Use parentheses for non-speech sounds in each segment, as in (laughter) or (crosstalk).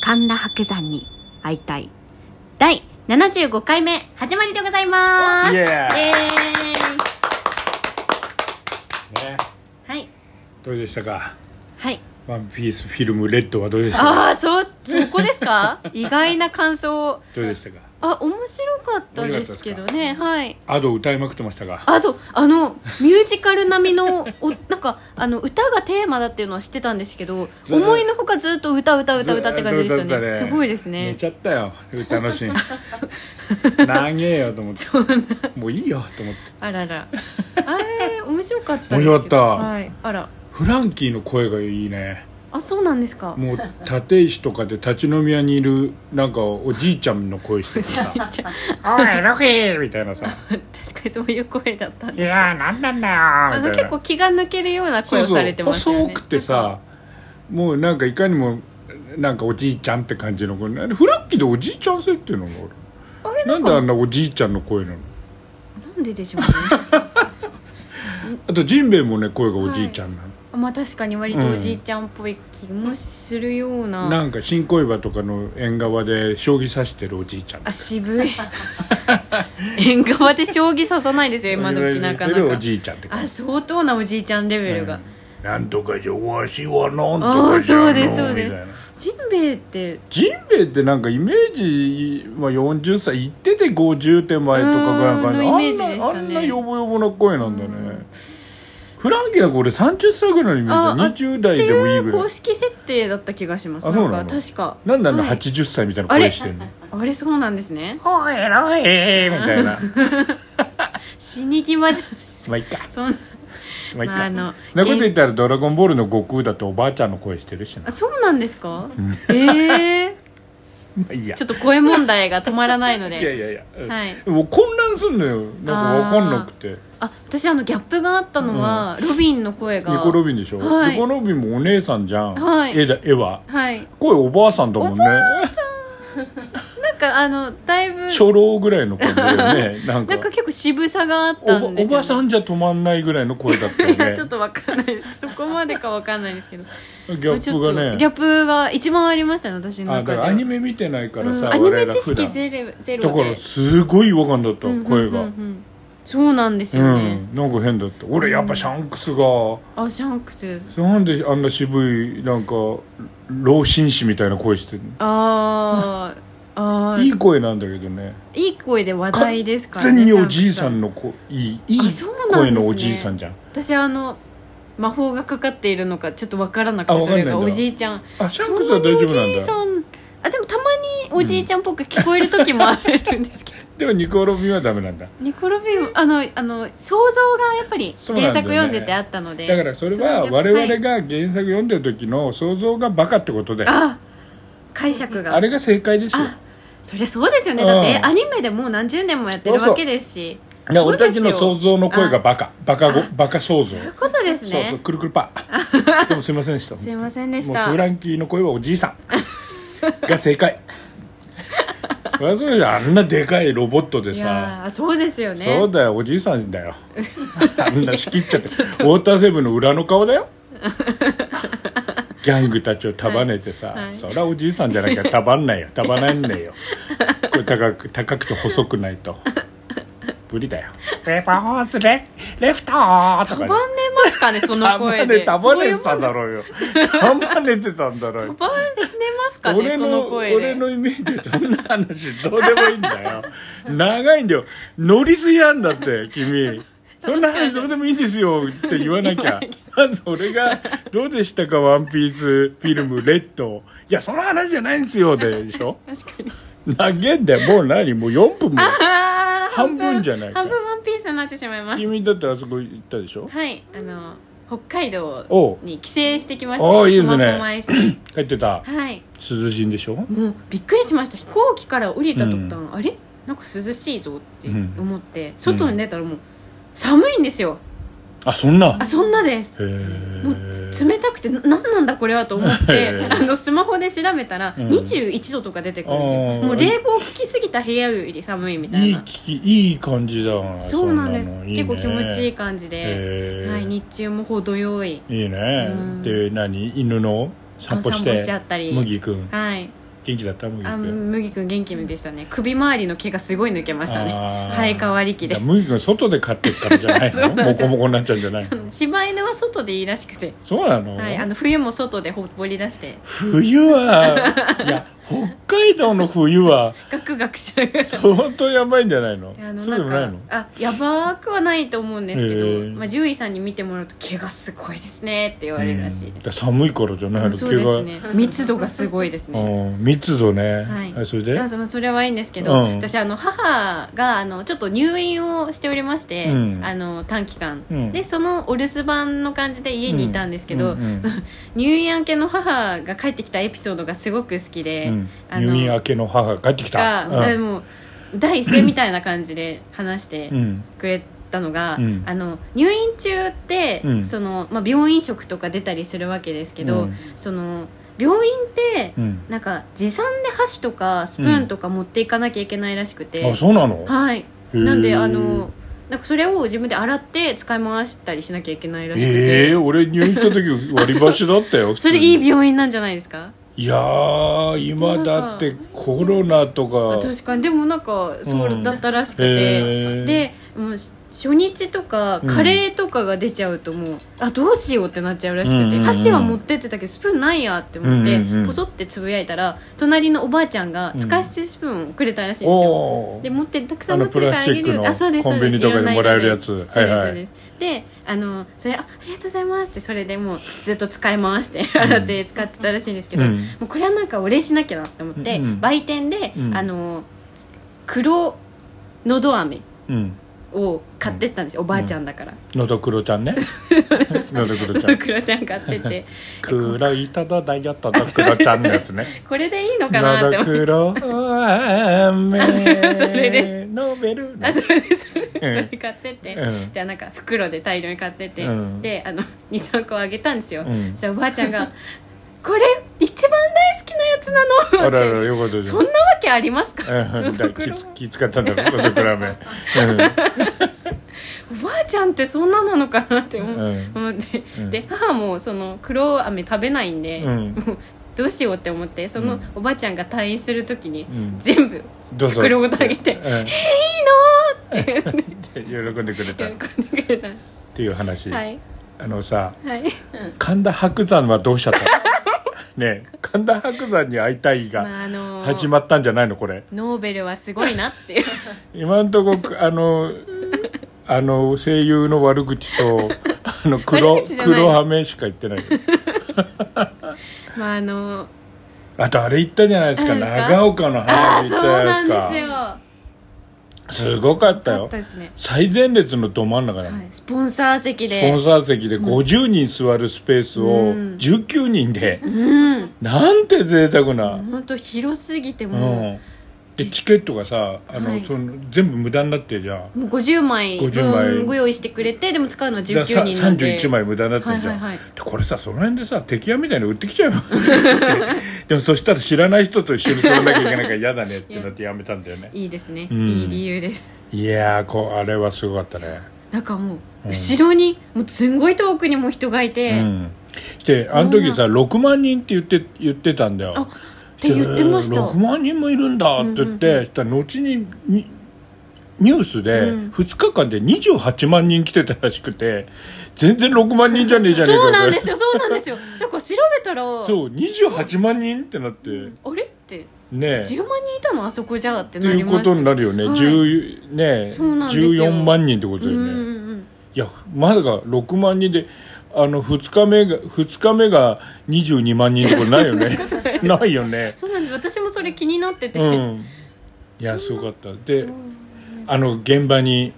神田伯山に会いたい。第75回目、始まりでございます。イエーイイエーイねはい。どうでしたかはい。 「ワンピースフィルムレッドはどうでしたかああ、そ、そこです (laughs) か意外な感想。どうでしたかあ、面白かったですけどね。はい。アド歌いまくってましたがあとあのミュージカル並みのおなんかあの歌がテーマだっていうのは知ってたんですけどずー思いのほかずっと歌歌歌歌って感じでしたずっと歌っねてたすごいです寝ねちゃったよ歌のシ (laughs) ーン長えよと思ってもういいよと思ってあららあれ面白かったですけど面白かったはい、あらフランキーの声がいいねあそうなんですかもう立石とかで立ち飲み屋にいるなんかおじいちゃんの声してて (laughs) さ確か「おいロフィー!」みたいなさ「にそういう声だったんいですやーなんなんだよあー」のみたい結な構気が抜けるような声をされてましたよね細くてさもうなんかいかにもなんかおじいちゃんって感じの声なんでフラッキーでおじいちゃん性っていうのがああれるななんんでかあんなおじいちゃんの声なのなんででしょうね (laughs) あとジンベエもね声がおじいちゃんなの、あまあ確かに割とおじいちゃんっぽい気もするような、なんか新恋バとかの縁側で将棋指してるおじいちゃんあ渋い縁側で将棋指さない (laughs) ですよ今時なかなおかじいちゃんって感あじ相当なおじいちゃんレベルが、うんなんとかじゃわしはなんとかじゃあーそのうですそうですみたいなジンベエってジンベエってなんかイメージ、まあ、40歳いってて50手前とかぐらいの感じうんのイメージでしあたねんなあんなヨボヨボな声なんだね、うんフランキーなんか俺30歳ぐらいのイメああージ20代ってでもいいいぐうら公い式設定だった気がしますあなそうなんのか確かなんであんなはい80歳みたいなあれ声してんのあれそうなんですねおいらえみた (laughs) いな死に際じゃまあいっかそんなまあいっか、まああのなこと言ったら「ドラゴンボール」の悟空だっておばあちゃんの声してるしなあそうなんですかええまあいいやちょっと声問題が止まらないのいやでいやいや、うんはいもう混乱すんのよなんか分かんなくてあ私あのギャップがあったのは、ロビンの声がニコ・ロビンでしょ、はいニコ・ロビンもお姉さんじゃん、はい絵だ絵ははい声おばあさんだもんねなんかあのだいぶ初老ぐらいの感じだよ (laughs) ねなんかなんか結構渋さがあっおばたんですよ、ね、おばさんじゃ止まんないぐらいの声だったよいや (laughs) ねちょっとわかんないですそこまでかわかんないですけどギギャップがねギャップが一番ありましたね私のあだ中かでらはアニメ見てないからうさ、んアニメ我々知普段識ゼロゼロだかでらすごい違和感だった、うんうんうんうん声がそうなんですうよね、ん、なんか変だった俺やっぱシャンクスが、あシャンクスなんであんな渋いなんか老紳士みたいな声してるあーあーいい声なんだけどねいい声で話題ですからね全におじいシャさんンクの子いいいいあそうなんですね声のおじいさんじゃんスさん私あの魔法がかかっているのかちょっとわからなくあてわそかんないれんだがおじいちゃんあシャンクスは大丈夫なんそなにおじだいさんあでもたまにおじいちゃんっぽく聞こえる時もあるんですけどでもニコロビンはダメなんだニコ・ロビンあのあの想像がやっぱりそうなんだ原よ作ね読んでてあったのでだからそれはう我々はいが原作読んでる時の想像がバカってことでああ解釈がれが正解ですよあそりゃそうですよねだってうんアニメでもう何十年もやってるわけですしいや俺たちそうでのすよ想像の声がバカバカごバカ想像そういうことですそうそうねくるくるパでもすいませんでしたすいませんでしもたうフランキーの声はおじいさんが (laughs) 正解そりゃそうじゃんあんなでかいロボットでいさやーそうですよそねうだよおじいさんだよあんな仕切っちゃってウォーターセブンの裏の顔だよギャングたちを束ねてさ、はいそりゃおじいさんじゃなきゃ束んないよ束なんねえよこれ高く高くて細くないと無理だよペーパーホースレレフトーと束かねますか (laughs) ねその声で束ね束ねてそういたうもんでだろうよ束ねてたんだろうよ束ねますかね俺そのの声で俺のイメージはそんな話どうでもいいん (laughs) だよ長いんだよ乗りすぎなんだって (laughs) 君そんな話どうでもいいんですよって言わなきゃまず俺が「どうでしたかワンピースフィルムレッド」いやその話じゃないんですよででしょ確かに投げんだよもう何もう4分もあー半分じゃないか半分ワンピースになってしまいます君だってあそこ行ったでしょはいあの北海お道うに帰省してきましたおういいですね苫小牧市帰ってたはい涼しいんでしょもうびっくりしました飛行機から降りた途端、あれなんか涼しいぞって思って、外に出たらもう寒いんですよあそんなあそんなですへもえ冷たくてな何なんだこれはと思っへてーあのスマホで調べたらうん21度とか出てくるんですあよーもう冷房効きすぎた部屋より寒いみたいいいな聞きいい感じだわそうなんですのいいね結構気持ちいい感じで、へーはい、日中も程よいいいねうんで何犬の散歩してあ散歩しちゃったり麦くんはい元気だった麦あ君麦君元気でしたね首周りの毛がすごい抜けましたねあー生え変わり期で (laughs) だから麦君外で飼ってるからじゃないそうなのんモですコモコになっちゃうんじゃないの柴犬は外でいいらしくて、そうなの,、はい、あの冬も外でほっぽり出して (laughs) 冬はいや北海道の冬はガクガクしながら相当やばいんじゃないのあのそうでもなないんのかあやばくはないと思うんですけへど、ーまあ、獣医さんに見てもらうと毛がすごいですねって言われるらしいです、うん寒いからじゃないのそうですね密度がすごいです毛が、ねうん、密度ね、はいあそれいでやそまあそれはいいんですけど、うん私あの母があのちょっと入院をしておりまして、うんあの短期間、うんでそのお留守番の感じで家にいたんですけど、うんうんうんその入院明けの母が帰ってきたエピソードがすごく好きで、うんあの入院明けの母が帰ってきたが、うでんもう第一声みたいな感じで話して、うんくれたのが、うんあの入院中って、うんそのまあ、病院食とか出たりするわけですけど、うんその病院って、うんなんか持参で箸とかスプーンとか持っていかなきゃいけないらしくて、あそうなのはいへーなんであのなんかそれを自分で洗って使い回したりしなきゃいけないらしくて、ええ俺入院した時割り箸だった (laughs) よそれい普通い病院なんじゃないですかにいやー今だってコロナとあか確かにでもなんかそうだったらしくて、ええでもう初日とかカレーとかが出ちゃうともう、あどうしようってなっちゃうらしくて、うんうんうん箸は持ってってたけどスプーンないやって思って、うんうんうんポソってつぶやいたら隣のおばあちゃんが使い捨てスプーンをくれたらしいんですよ、おーで持ってたくさあん持っのてプるラからあスチげッるクよのあそうですコンビニとかでもらえるやつそうですはいそうはいですであのそれあありがとうございますってそれでもうずっと使い回して洗って使ってたらしいんですけど、うんもうこれはなんかお礼しなきゃなって思って、うん売店で、うんあの黒のど飴うんを買ってったんですよ、おばあちゃんだから、のどくろちゃんねのどくろちゃんクロちゃん買ってて黒いただだよとどくろちゃんのやつねこれでいいのかなって思って黒雨あそれですノベルあそうですそれう買ってて、うんじゃあなんか袋で大量に買ってて、うんであの23個あ (laughs) げたんですよ、うんそしたらおばあちゃんが (laughs) 「これ一番大好きなやつなの」あらっらてよかったですそんなわけありますか、うん、だ袋から気気使ったんだろのどくろ雨おばあちゃんってそんななのかなってう思,、んうん思って、うんで母もその黒飴食べないんで、うんもうどうしようって思ってそのおばあちゃんが退院するときにうん全部どうぞ袋ごとあげてうん「 (laughs) いいの!」って喜んでくれたっ喜んでく (laughs) れたていう話、はいあのさはい、うん神田伯山はどうし (laughs) ちゃったのねえ神田伯山に会いたいがまああの始まったんじゃないのこれノーベルはすごいなってい (laughs) う今んとこあのあの声優の悪口と (laughs) あの黒悪口じゃない黒飴しか言ってないまああのあとあれ言ったじゃないですか何ですか長岡のあ花あ火そ行うったじゃなないんでですすかよすごかったあよったですね、最前列のど真ん中なの、はい、スポンサー席スポでンサー席で50人座るスペースをうん19人で、うんなんて贅沢な、本当広すぎてうもう、ん、でチケットがさあの、はいその全部無駄になってるじゃんもう50枚50枚分ご用意してくれてでも使うのはだから19さ人なんで31枚無駄になってるじはゃん、いはいはいでこれさその辺でさ敵屋みたいに売ってきちゃえば (laughs) でもそしたら知らない人と一緒に座らなきゃいけないから嫌だねってなってやめたんだよねいいですね、うんいい理由ですいやーこうあれはすごかったねなんかもう、うん後ろにもうすんごい遠くにも人がいて、うんしてあの時さ6万人って言って言ってたんだよあって言ってました6万人もいるんだって言って、うんうんうしたら後ににニュースでうん2日間で28万人来てたらしくて全然6万人じゃねえじゃねえかそうなんですよよそうなんですよなんか調べたらそう28万人ってなってあれってねえ10万人いたのあそこじゃってってなりいうまこしたとになるよね、はい10ねえそうなんですよ14万人ってことだようんね、うんうんいやまだが6万人であの2日目が2日目が22万人ってことないよね (laughs) ないよねそうなんです私もそれ気になってて、うんいやすそんなごかったそでうあの現場に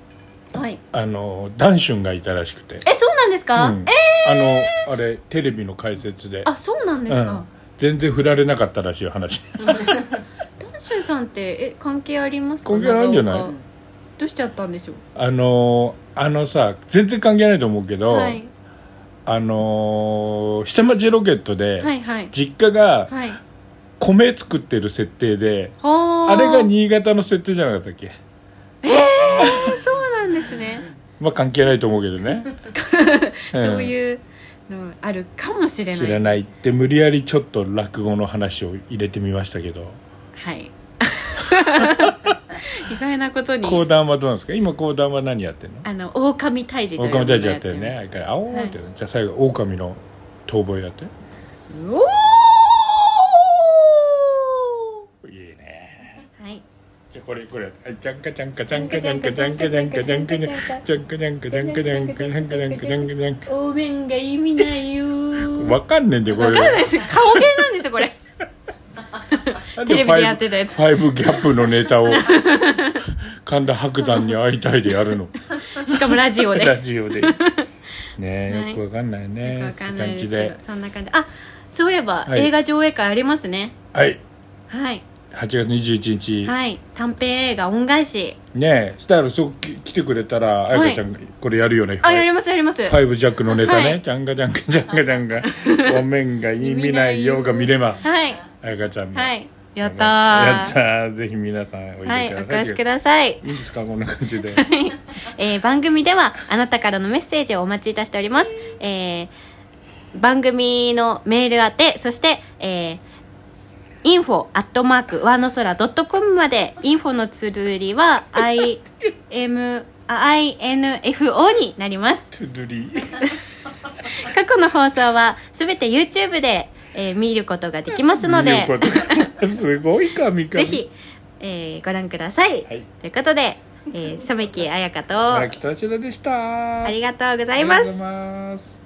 はいあのダンシュンがいたらしくて、えそうなんですか、うんあのあれテレビの解説であそうなんですうんか、全然振られなかったらしい話 (laughs) ダンシュンさんってえ関係ありますか関係ないんじゃない長岡どうしちゃったんでしょうあのあのさ全然関係ないと思うけど、はいあの下町ロケットで、はいはい実家がはい米作ってる設定で、はあれが新潟の設定じゃなかったっけそうなんですね、 (laughs) まあ関係ないと思うけどね、そうういううんあるかもしれない知らないって無理やりちょっと落語の話を入れてみましたけどはい (laughs) 意外なことに講談はどうなんですか今講談は何やってんのあの狼退治という狼たちやってるるねあ青って、じゃあ最後狼の遠吠えやっておいいねーはいじゃあこれこれはいじゃんかじゃんかじゃんかじゃんかじゃんかじゃんかじゃんかじゃんかじゃんかじゃんかじゃんかじゃんかじゃんかじゃんかじゃんかじゃんかお面が意味ないよーわかんねえんだよこれわかんないですよ顔芸なんですよこ (laughs) れテレビでやってたやつファイブギャップのネタを神田伯山に会いたいでやるのしかもラジオでラジオでねはえいよくわかんないねわかんないですそけうどう感じそんな感じあそういえば、はい映画上映会ありますねはいはい8月21日、はい短編映画「恩返しねえしたらそこき来てくれたらいあやかちゃんこれやるよね」あやファイりますやりますファイブジャックのネタね、はいジャンガジャンガジャンガジャンガお面が意味ないようが見れますはいあやかちゃんのはいやったやったーーぜひ皆さんおいでくだはさいい、お返しくださいいいんですかこんな感じでえー番組ではあなたからのメッセージをお待ちいたしております、えー番組のメール宛てそして、えー info アットマークワの空 .com まで info のつづりは IM INFO になりますトゥドゥリ過去の放送はすべて YouTube で、えー見ることができますので見ることすごい神々ぜひ、えーご覧ください、はいということで、えー、染木彩香と (laughs) 牧田白でしたありがとうがとうございますございます